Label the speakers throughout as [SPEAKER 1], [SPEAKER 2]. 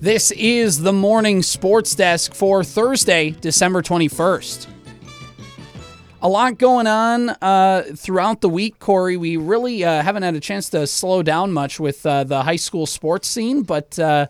[SPEAKER 1] This is the morning sports desk for Thursday, December 21st. A lot going on uh, throughout the week, Corey. We really uh, haven't had a chance to slow down much with uh, the high school sports scene, but uh,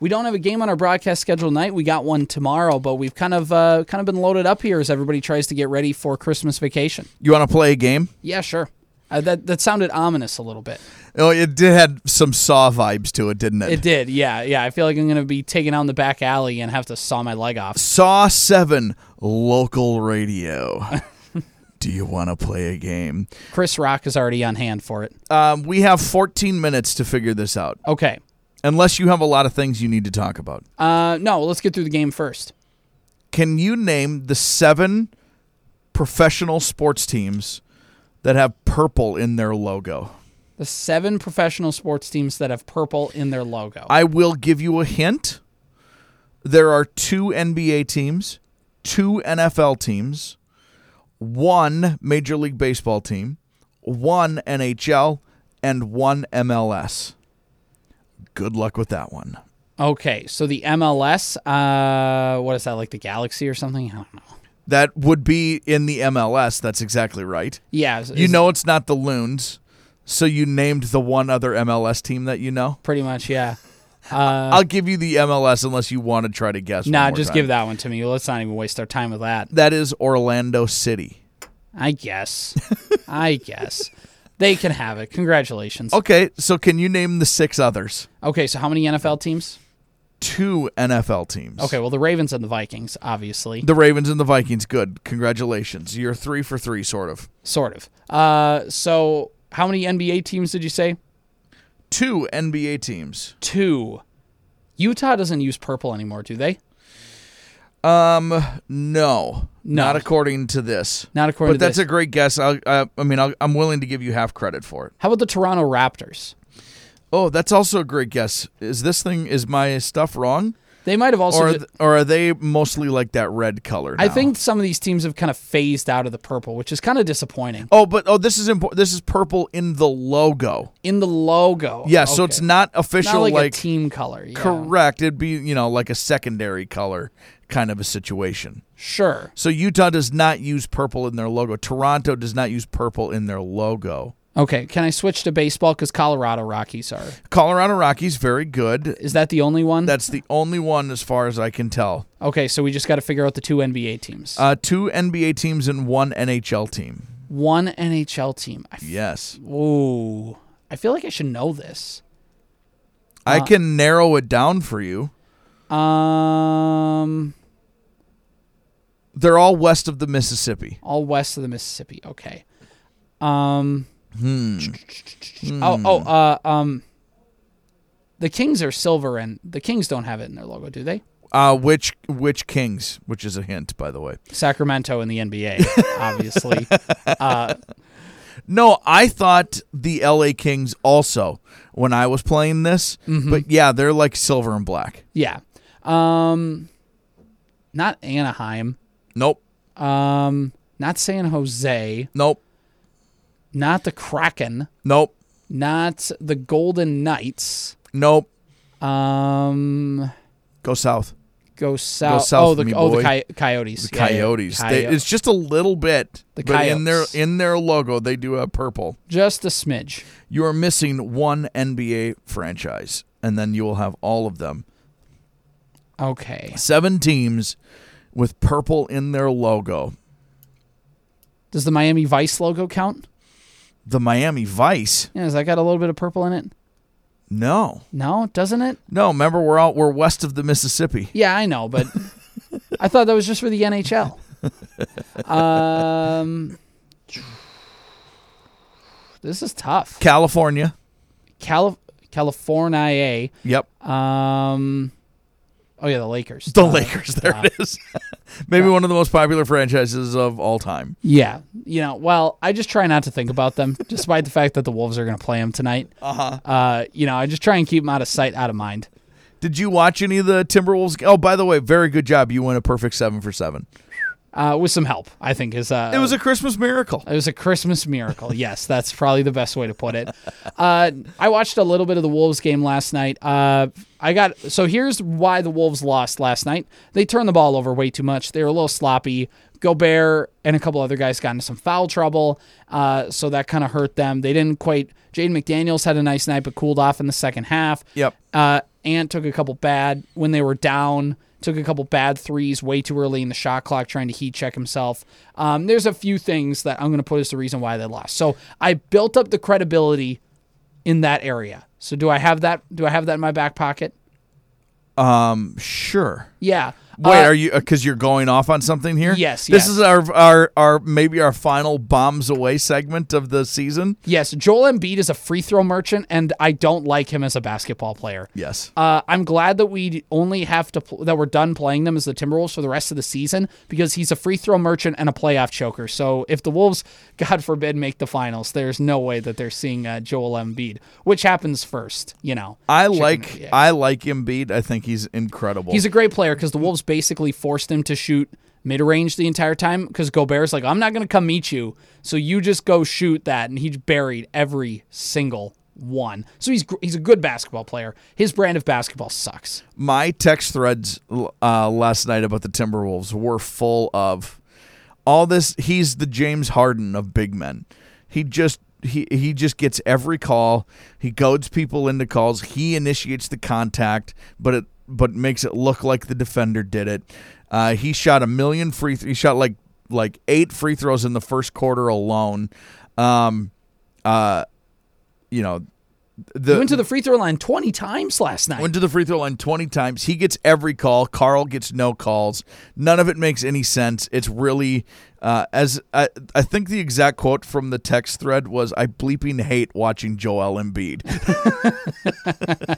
[SPEAKER 1] we don't have a game on our broadcast schedule tonight. We got one tomorrow, but we've kind of uh, kind of been loaded up here as everybody tries to get ready for Christmas vacation.
[SPEAKER 2] You want to play a game?
[SPEAKER 1] Yeah, sure. Uh, that that sounded ominous a little bit.
[SPEAKER 2] Oh, it did had some Saw vibes to it, didn't it?
[SPEAKER 1] It did, yeah, yeah. I feel like I'm gonna be taken out in the back alley and have to saw my leg off.
[SPEAKER 2] Saw Seven Local Radio. Do you want to play a game?
[SPEAKER 1] Chris Rock is already on hand for it.
[SPEAKER 2] Um, we have 14 minutes to figure this out,
[SPEAKER 1] Okay.
[SPEAKER 2] unless you have a lot of things you need to talk about.
[SPEAKER 1] Uh, no, let's get through the game first.
[SPEAKER 2] Can you name the seven professional sports teams that have purple in their logo?
[SPEAKER 1] The seven professional sports teams that have purple in their logo.
[SPEAKER 2] I will give you a hint. There are two NBA teams, two NFL teams, one Major League Baseball team, one NHL, and one MLS. Good luck with that one.
[SPEAKER 1] okay, so the MLS. Uh, what is that like the Galaxy or something? I don't know.
[SPEAKER 2] That would be in the MLS. That's exactly right.
[SPEAKER 1] Yeah, is-
[SPEAKER 2] You
[SPEAKER 1] is
[SPEAKER 2] know it's not the Loons, so you named the one other MLS team that you know.
[SPEAKER 1] pretty much. Yeah. Uh,
[SPEAKER 2] I'll give you the MLS unless you want to try to guess.
[SPEAKER 1] Nah,
[SPEAKER 2] one more
[SPEAKER 1] just
[SPEAKER 2] time.
[SPEAKER 1] give that one to me. Let's not even waste our time with that.
[SPEAKER 2] That is Orlando City.
[SPEAKER 1] I guess. I guess. They can have it. Congratulations.
[SPEAKER 2] Okay, so can you name the six others?
[SPEAKER 1] Okay, so how many NFL teams?
[SPEAKER 2] Two NFL teams.
[SPEAKER 1] Okay, well, the Ravens and the Vikings, obviously.
[SPEAKER 2] The Ravens and the Vikings. Good. Congratulations. You're three for three, sort of.
[SPEAKER 1] Sort of. Uh, so, how many NBA teams did you say?
[SPEAKER 2] Two NBA teams.
[SPEAKER 1] Two. Utah doesn't use purple anymore, do they?
[SPEAKER 2] Um, no,
[SPEAKER 1] No.
[SPEAKER 2] not according to this.
[SPEAKER 1] Not according
[SPEAKER 2] But
[SPEAKER 1] to
[SPEAKER 2] that's
[SPEAKER 1] this.
[SPEAKER 2] a great guess. I, I, I mean, I'll, I'm willing to give you half credit for it.
[SPEAKER 1] How about the Toronto Raptors?
[SPEAKER 2] Oh, that's also a great guess. Is this thing is my stuff wrong,
[SPEAKER 1] They might have also.
[SPEAKER 2] or
[SPEAKER 1] ju-
[SPEAKER 2] th- or are they mostly like that red color?
[SPEAKER 1] I
[SPEAKER 2] now?
[SPEAKER 1] think some of these teams have kind of phased out of the purple, which is kind of disappointing.
[SPEAKER 2] Oh, but oh, this is important. This is purple in the logo.
[SPEAKER 1] In the logo.
[SPEAKER 2] Yeah, so
[SPEAKER 1] okay.
[SPEAKER 2] it's not official.
[SPEAKER 1] not like,
[SPEAKER 2] like
[SPEAKER 1] a team color. Yeah.
[SPEAKER 2] Correct. It'd be, you know, like a secondary color kind of a situation.
[SPEAKER 1] Sure.
[SPEAKER 2] So Utah does not use purple in their logo. Toronto does not use purple in their logo.
[SPEAKER 1] Okay, can I switch to baseball? Because Colorado Rockies are.
[SPEAKER 2] Colorado Rockies, very good.
[SPEAKER 1] Is that the only one?
[SPEAKER 2] That's the only one as far as I can tell.
[SPEAKER 1] okay, so we just got to figure out the two NBA teams.
[SPEAKER 2] Uh, two NBA teams and one NHL team.
[SPEAKER 1] one NHL team. I f-
[SPEAKER 2] Yes.
[SPEAKER 1] ooh, I feel like I should know this.
[SPEAKER 2] I can narrow it down for you.
[SPEAKER 1] Um,
[SPEAKER 2] They're all west of the Mississippi.
[SPEAKER 1] all west of the Mississippi. Okay. Um. Oh, oh, uh, um. The Kings are silver, and the Kings don't have it in their logo, do they?
[SPEAKER 2] Uh, which which Kings, which is a hint, by the way.
[SPEAKER 1] Sacramento in the NBA, obviously.
[SPEAKER 2] No, I thought the LA Kings also when I was playing this.
[SPEAKER 1] Mm-hmm.
[SPEAKER 2] But yeah, they're like silver and black.
[SPEAKER 1] yeah. Um, not Anaheim.
[SPEAKER 2] Nope.
[SPEAKER 1] Um, not San Jose.
[SPEAKER 2] Nope.
[SPEAKER 1] Not the Kraken.
[SPEAKER 2] Nope.
[SPEAKER 1] Not the Golden Knights.
[SPEAKER 2] Nope.
[SPEAKER 1] Um,
[SPEAKER 2] Go south.
[SPEAKER 1] go south.
[SPEAKER 2] south,
[SPEAKER 1] oh, the
[SPEAKER 2] me
[SPEAKER 1] oh the
[SPEAKER 2] boy.
[SPEAKER 1] coy- coyotes.
[SPEAKER 2] The
[SPEAKER 1] Yeah, yeah, yeah.
[SPEAKER 2] Coyotes. They-
[SPEAKER 1] Coyo-
[SPEAKER 2] it's just a little bit.
[SPEAKER 1] The
[SPEAKER 2] but in their
[SPEAKER 1] Coyotes.
[SPEAKER 2] in their logo they do have purple.
[SPEAKER 1] just a smidge.
[SPEAKER 2] You are missing one NBA franchise and then you will have all of them.
[SPEAKER 1] Okay.
[SPEAKER 2] 7 teams with purple in their logo.
[SPEAKER 1] Does the Miami Vice logo count?
[SPEAKER 2] The Miami Vice?
[SPEAKER 1] Yeah, has that got a little bit of purple in it?
[SPEAKER 2] No.
[SPEAKER 1] No, doesn't it?
[SPEAKER 2] No, remember we're out we're west of the Mississippi.
[SPEAKER 1] Yeah, I know, but I thought that was just for the NHL. Um, this is tough.
[SPEAKER 2] California.
[SPEAKER 1] Calif- California.
[SPEAKER 2] Yep.
[SPEAKER 1] Um, oh yeah, the Lakers.
[SPEAKER 2] The
[SPEAKER 1] Uh,
[SPEAKER 2] Lakers. There it is. Maybe one of the most popular franchises of all time.
[SPEAKER 1] Yeah, you know. Well, I just try not to think about them, despite the fact that the Wolves are going to play them tonight. Uh-huh. You know, I just try and keep them out of sight, out of mind.
[SPEAKER 2] Did you watch any of the Timberwolves? Oh, by the way, very good job. You went a perfect seven for seven.
[SPEAKER 1] I- uh, with some help. I think is uh,
[SPEAKER 2] It was a Christmas miracle.
[SPEAKER 1] It was a Christmas miracle. Yes, that's probably the best way to put it. Uh, I watched a little bit of the Wolves game last night. Uh, I got so here's why the Wolves lost last night. They turned the ball over way too much. They were a little sloppy. Gobert and a couple other guys got into some foul trouble, uh, so that kind of hurt them. They didn't quite. Jaden McDaniels had a nice night, but cooled off in the second half.
[SPEAKER 2] Yep.
[SPEAKER 1] Uh, Ant took a couple bad when they were down. Took a couple bad threes way too early in the shot clock, trying to heat check himself. Um, there's a few things that I'm going to put as the reason why they lost. So I built up the credibility in that area. So do I have that? Do I have that in my back pocket?
[SPEAKER 2] Um, Sure.
[SPEAKER 1] Yeah.
[SPEAKER 2] Wait,
[SPEAKER 1] Uh,
[SPEAKER 2] are you because you're going off on something here?
[SPEAKER 1] Yes,
[SPEAKER 2] This
[SPEAKER 1] yes.
[SPEAKER 2] is our our our maybe our final bombs away segment of the season.
[SPEAKER 1] yes, Joel Embiid is a free throw merchant, and I don't like him as a basketball player.
[SPEAKER 2] Yes.
[SPEAKER 1] Uh, I'm glad that we only have to pl- that we're done playing them as the Timberwolves for the rest of the season because he's a free throw merchant and a playoff choker. So if the Wolves, God forbid, make the finals, there's no way that they're seeing uh, Joel Embiid, which happens first. You know,
[SPEAKER 2] I
[SPEAKER 1] Chicken
[SPEAKER 2] like
[SPEAKER 1] and egg.
[SPEAKER 2] I like Embiid. I think he's incredible.
[SPEAKER 1] he's a great player because the Wolves basically forced him to shoot mid range the entire time because Gobert's like, I'm not going to come meet you, so you just go shoot that, and he buried every single one. So he's gr- he's a good basketball player. His brand of basketball sucks.
[SPEAKER 2] my text threads uh, last night about the Timberwolves were full of all this. He's the James Harden of big men. He just he he just gets every call. He goads people into calls. He initiates the contact, but it but makes it look like the defender did it. Uh, he shot a million free. Th- he shot like like eight free throws in the first quarter alone. Um, uh, you know, the
[SPEAKER 1] He went to the free throw line 20 times last night.
[SPEAKER 2] Went to the free throw line 20 times. He gets every call. Carl gets no calls. None of it makes any sense. It's really, uh, as I, I think the exact quote from the text thread was, I bleeping hate watching Joel Embiid.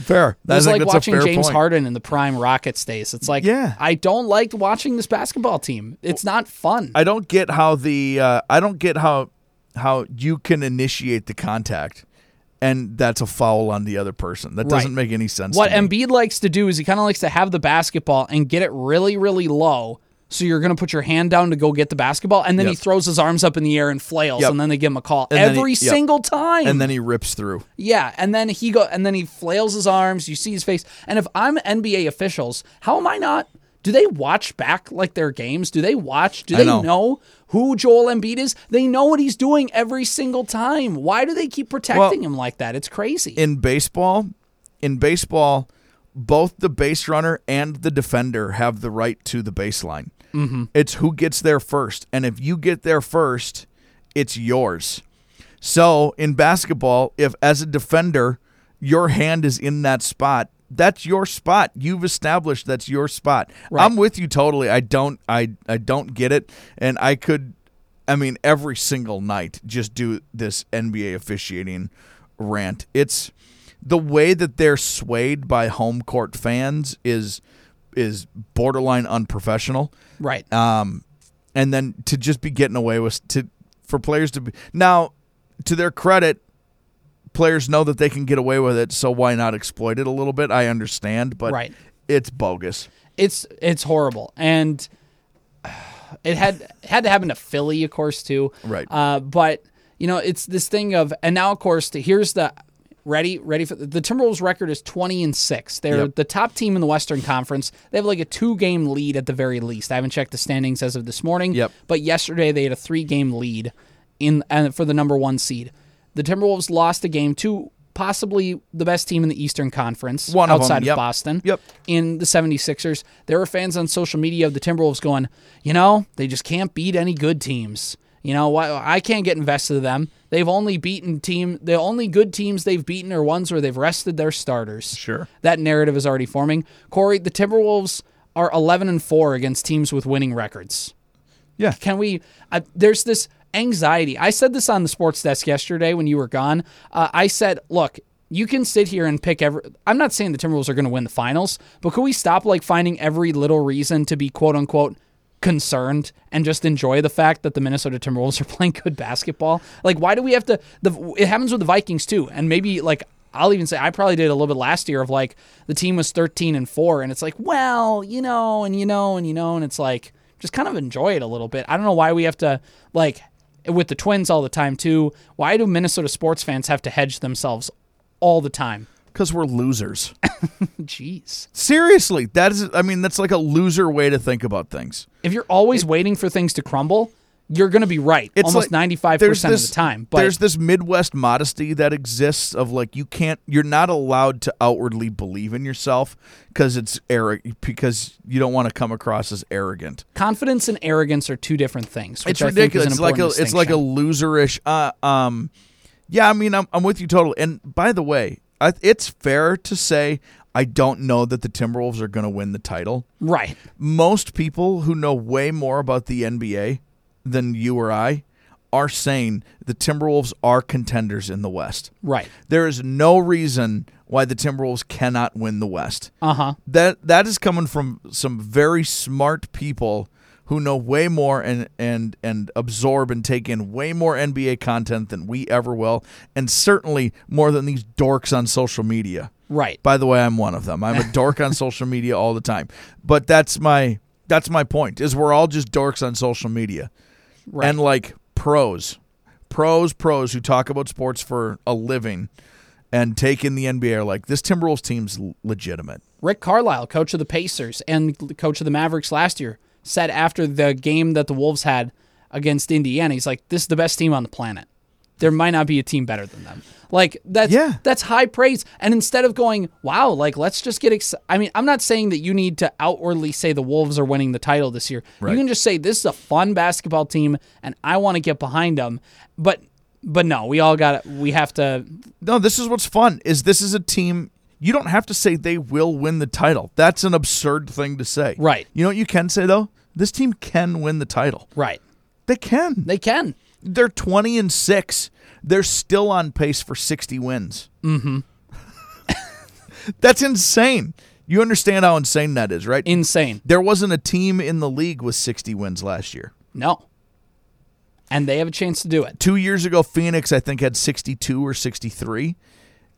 [SPEAKER 2] fair. I
[SPEAKER 1] It's like
[SPEAKER 2] think that's a
[SPEAKER 1] watching
[SPEAKER 2] fair
[SPEAKER 1] James
[SPEAKER 2] point.
[SPEAKER 1] Harden in the prime Rockets days. It's like,
[SPEAKER 2] Yeah.
[SPEAKER 1] I don't like watching this basketball team. It's not fun.
[SPEAKER 2] I don't get how the, uh, I don't get how, how you can initiate the contact and that's a foul on the other person. That doesn't make any sense.
[SPEAKER 1] what
[SPEAKER 2] to me.
[SPEAKER 1] Embiid likes to do is he kind of likes to have the basketball and get it really, really low. So you're going to put your hand down to go get the basketball, and then he
[SPEAKER 2] Yep.
[SPEAKER 1] throws his arms up in the air and flails,
[SPEAKER 2] Yep.
[SPEAKER 1] and then they give him a call
[SPEAKER 2] And then he-
[SPEAKER 1] every
[SPEAKER 2] yep.
[SPEAKER 1] single time.
[SPEAKER 2] and then he rips through.
[SPEAKER 1] Yeah, and then he go and then he flails his arms, you see his face. And if I'm NBA officials, how am I not do they watch back like their games? Do they watch? Do they
[SPEAKER 2] know.
[SPEAKER 1] know. who Joel Embiid is? They know what he's doing every single time. Why do they keep protecting him like that? It's crazy.
[SPEAKER 2] in baseball, in baseball, both the base runner and the defender have the right to the baseline. Mm-hmm. It's who gets there first, and if you get there first, it's yours. So in basketball, if as a defender your hand is in that spot, that's your spot. You've established that's your spot. I'm with you totally. I don't I I don't get it, and I could. I mean, every single night, just do this NBA officiating rant. It's the way that they're swayed by home court fans is is borderline unprofessional.
[SPEAKER 1] right.
[SPEAKER 2] Um, and then to just be getting away with to for players to be now to their credit, players know that they can get away with it, so why not exploit it a little bit? I understand, but
[SPEAKER 1] Right.
[SPEAKER 2] it's bogus.
[SPEAKER 1] it's it's horrible and it had had to happen to Philly of course too
[SPEAKER 2] Right.
[SPEAKER 1] uh, but you know it's this thing of and now of course to, here's the ready ready for the Timberwolves record is 20 and 6 they're
[SPEAKER 2] Yep.
[SPEAKER 1] the top team in the Western Conference they have like a two game lead at the very least I haven't checked the standings as of this morning
[SPEAKER 2] Yep.
[SPEAKER 1] but yesterday they had a three game lead in and for the number one seed the Timberwolves lost a game to possibly the best team in the Eastern Conference
[SPEAKER 2] One of 'em,
[SPEAKER 1] outside
[SPEAKER 2] yep.
[SPEAKER 1] Boston
[SPEAKER 2] Yep.
[SPEAKER 1] in the 76ers. There were fans on social media of the Timberwolves going, you know, they just can't beat any good teams. You know, why I can't get invested in them. They've only beaten team the only good teams they've beaten are ones where they've rested their starters.
[SPEAKER 2] Sure.
[SPEAKER 1] That narrative is already forming. Corey, the Timberwolves are 11 and 4 against teams with winning records
[SPEAKER 2] Yeah.
[SPEAKER 1] can we uh, there's this anxiety i said this on the sports desk yesterday when you were gone uh, i said look you can sit here and pick every i'm not saying the timberwolves are going to win the finals but could we stop like finding every little reason to be quote unquote concerned and just enjoy the fact that the minnesota timberwolves are playing good basketball like why do we have to the it happens with the vikings too and maybe like I'll even say I probably did a little bit last year of like the team was 13 and 4 and it's like well, you know, and you know and you know and it's like just kind of enjoy it a little bit. I don't know why we have to like with the Twins all the time too. Why do Minnesota sports fans have to hedge themselves all the time?
[SPEAKER 2] because we're losers.
[SPEAKER 1] Jeez.
[SPEAKER 2] Seriously, that is. I mean, that's like a loser way to think about things.
[SPEAKER 1] If you're always waiting for things to crumble, you're going to be right
[SPEAKER 2] It's
[SPEAKER 1] almost
[SPEAKER 2] like-
[SPEAKER 1] 95%
[SPEAKER 2] there's
[SPEAKER 1] of
[SPEAKER 2] this-
[SPEAKER 1] the time. But
[SPEAKER 2] there's this Midwest modesty that exists of like you can't, you're not allowed to outwardly believe in yourself because it's arrogant because you don't want to come across as arrogant.
[SPEAKER 1] confidence and arrogance are two different things. Which
[SPEAKER 2] It's
[SPEAKER 1] I
[SPEAKER 2] ridiculous.
[SPEAKER 1] Think is
[SPEAKER 2] It's
[SPEAKER 1] an
[SPEAKER 2] like a,
[SPEAKER 1] important
[SPEAKER 2] it's like a
[SPEAKER 1] distinction.
[SPEAKER 2] loserish. Uh, um, yeah, I mean, I'm, I'm with you totally. And by the way, I, it's fair to say I don't know that the Timberwolves are going to win the title.
[SPEAKER 1] right.
[SPEAKER 2] most people who know way more about the NBA than you or I are saying the Timberwolves are contenders in the West.
[SPEAKER 1] Right.
[SPEAKER 2] There is no reason why the Timberwolves cannot win the West.
[SPEAKER 1] Uh-huh.
[SPEAKER 2] That that is coming from some very smart people who know way more and and and absorb and take in way more NBA content than we ever will and certainly more than these dorks on social media.
[SPEAKER 1] Right.
[SPEAKER 2] By the way, I'm one of them. I'm a dork on social media all the time. But that's my that's my point is we're all just dorks on social media.
[SPEAKER 1] Right.
[SPEAKER 2] And like pros. Pros, pros who talk about sports for a living and take in the NBA are like this Timberwolves team's l- legitimate.
[SPEAKER 1] Rick Carlisle, coach of the Pacers and l- coach of the Mavericks last year, said after the game that the Wolves had against Indiana, he's like, "This is the best team on the planet. There might not be a team better than them." Like that's
[SPEAKER 2] Yeah.
[SPEAKER 1] that's high praise. And instead of going, "Wow," like let's just get excited. I mean, I'm not saying that you need to outwardly say the Wolves are winning the title this year. You
[SPEAKER 2] Right.
[SPEAKER 1] can just say this is a fun basketball team, and I want to get behind them. But but no, we all got to we have to
[SPEAKER 2] No, this is what's fun is this is a team you don't have to say they will win the title. That's an absurd thing to say.
[SPEAKER 1] Right.
[SPEAKER 2] You know what you can say though? This team can win the title.
[SPEAKER 1] right.
[SPEAKER 2] They can.
[SPEAKER 1] They can.
[SPEAKER 2] They're 20 and 6. They're still on pace for 60 wins. Mm-hmm. That's insane. You understand how insane that is, right?
[SPEAKER 1] Insane.
[SPEAKER 2] there wasn't a team in the league with 60 wins last year.
[SPEAKER 1] No. And they have a chance to do it.
[SPEAKER 2] Two years ago, Phoenix, I think, had 62 or 63.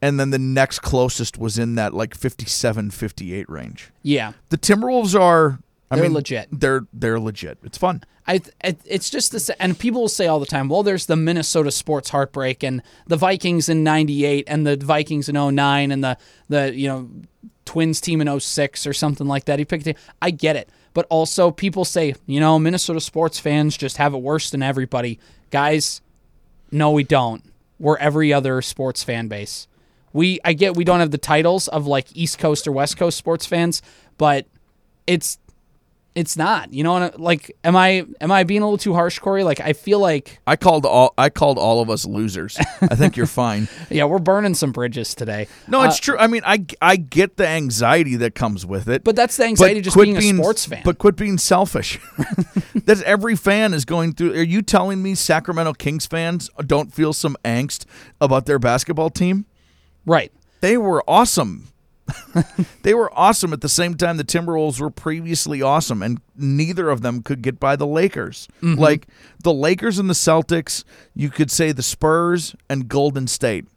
[SPEAKER 2] And then the next closest was in that like 57, 58 range.
[SPEAKER 1] Yeah.
[SPEAKER 2] The Timberwolves are. I
[SPEAKER 1] They're
[SPEAKER 2] mean,
[SPEAKER 1] legit.
[SPEAKER 2] They're they're legit. It's fun.
[SPEAKER 1] I, th- it- it's just this, and people will say all the time, well, there's the Minnesota sports heartbreak and the Vikings in 98 and the Vikings in 09 and the, the you know, Twins team in 06 or something like that. He picked it. I get it. But also, people say, you know, Minnesota sports fans just have it worse than everybody. Guys, no, we don't. We're every other sports fan base. We, I get we don't have the titles of like East Coast or West Coast sports fans, but it's it's not. You know, and, uh, like, am I am I being a little too harsh, Corey? Like, I feel like
[SPEAKER 2] I called all I called all of us losers. I think you're fine.
[SPEAKER 1] yeah, we're burning some bridges today.
[SPEAKER 2] No, it's true. I mean, I I get the anxiety that comes with it.
[SPEAKER 1] But that's the anxiety just
[SPEAKER 2] quit
[SPEAKER 1] being a sports fan.
[SPEAKER 2] But quit being selfish. that's every fan is going through. Are you telling me Sacramento Kings fans don't feel some angst about their basketball team?
[SPEAKER 1] Right.
[SPEAKER 2] They were awesome. they were awesome at the same time the Timberwolves were previously awesome and neither of them could get by the Lakers. Like the Lakers and the Celtics, you could say the Spurs and Golden State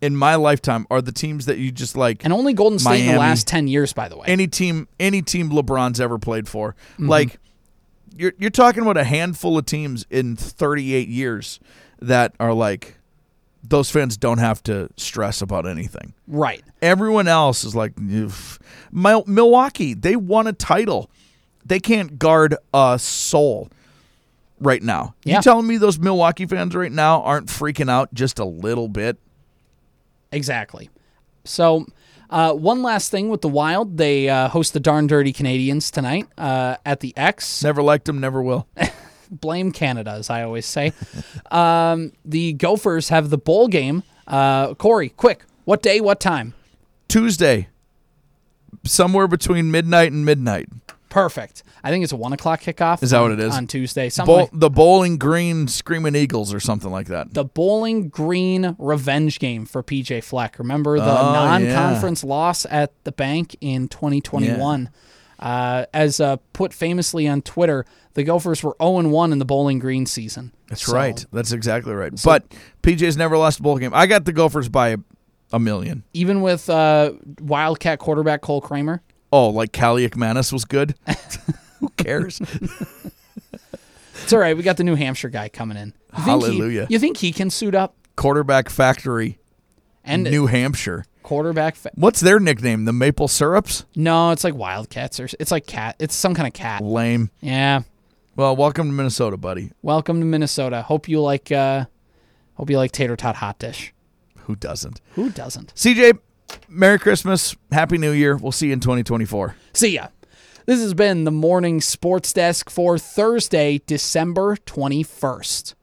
[SPEAKER 2] in my lifetime are the teams that you just like
[SPEAKER 1] And only Golden State in the
[SPEAKER 2] Miami.
[SPEAKER 1] last ten years, by the way.
[SPEAKER 2] any team any team LeBron's ever played for. Like you're you're talking about a handful of teams in 38 years that are like those fans don't have to stress about anything.
[SPEAKER 1] right.
[SPEAKER 2] Everyone else is like "Oof." Mil- Milwaukee, they won a title. They can't guard a soul right now.
[SPEAKER 1] Yeah.
[SPEAKER 2] You telling me those Milwaukee fans right now aren't freaking out just a little bit?
[SPEAKER 1] Exactly. So, uh, one last thing with the Wild, they uh, host the darn dirty Canadians tonight uh, at the X.
[SPEAKER 2] Never liked them, never will.
[SPEAKER 1] Blame Canada, as I always say. um, the Gophers have the bowl game. Uh, Corey, quick, what day? What time?
[SPEAKER 2] Tuesday, somewhere between midnight and midnight.
[SPEAKER 1] Perfect. I think it's a one o'clock kickoff.
[SPEAKER 2] Is that what it is?
[SPEAKER 1] on Tuesday? Something
[SPEAKER 2] Bowl,
[SPEAKER 1] like-
[SPEAKER 2] the Bowling Green Screaming Eagles or something like that.
[SPEAKER 1] the Bowling Green revenge game for PJ Fleck. Remember the
[SPEAKER 2] Oh,
[SPEAKER 1] non-conference loss at the bank in 2021. Uh, as uh, put famously on Twitter, the Gophers were 0 1 in the Bowling Green season.
[SPEAKER 2] That's
[SPEAKER 1] So,
[SPEAKER 2] right. That's exactly right. but PJ's never lost a bowl game. I got the Gophers by a, a million.
[SPEAKER 1] Even with uh, Wildcat quarterback Cole Kramer,
[SPEAKER 2] Oh, like Callie McManus was good. Who cares?
[SPEAKER 1] It's all right. We got the New Hampshire guy coming in. You think he-
[SPEAKER 2] Hallelujah.
[SPEAKER 1] you think he can suit up
[SPEAKER 2] Quarterback Factory,
[SPEAKER 1] and
[SPEAKER 2] New Hampshire.
[SPEAKER 1] quarterback? Fa-
[SPEAKER 2] What's their nickname? The Maple Syrups?
[SPEAKER 1] no, it's like Wildcats or s- it's like cat. It's some kind of cat.
[SPEAKER 2] Lame.
[SPEAKER 1] Yeah.
[SPEAKER 2] Well, welcome to Minnesota, buddy.
[SPEAKER 1] Welcome to Minnesota. Hope you like. uh Hope you like tater tot hot dish.
[SPEAKER 2] Who doesn't?
[SPEAKER 1] Who doesn't?
[SPEAKER 2] CJ, Merry Christmas. Happy New Year. We'll see you in 2024.
[SPEAKER 1] See ya. This has been the morning sports desk for Thursday, December twenty first.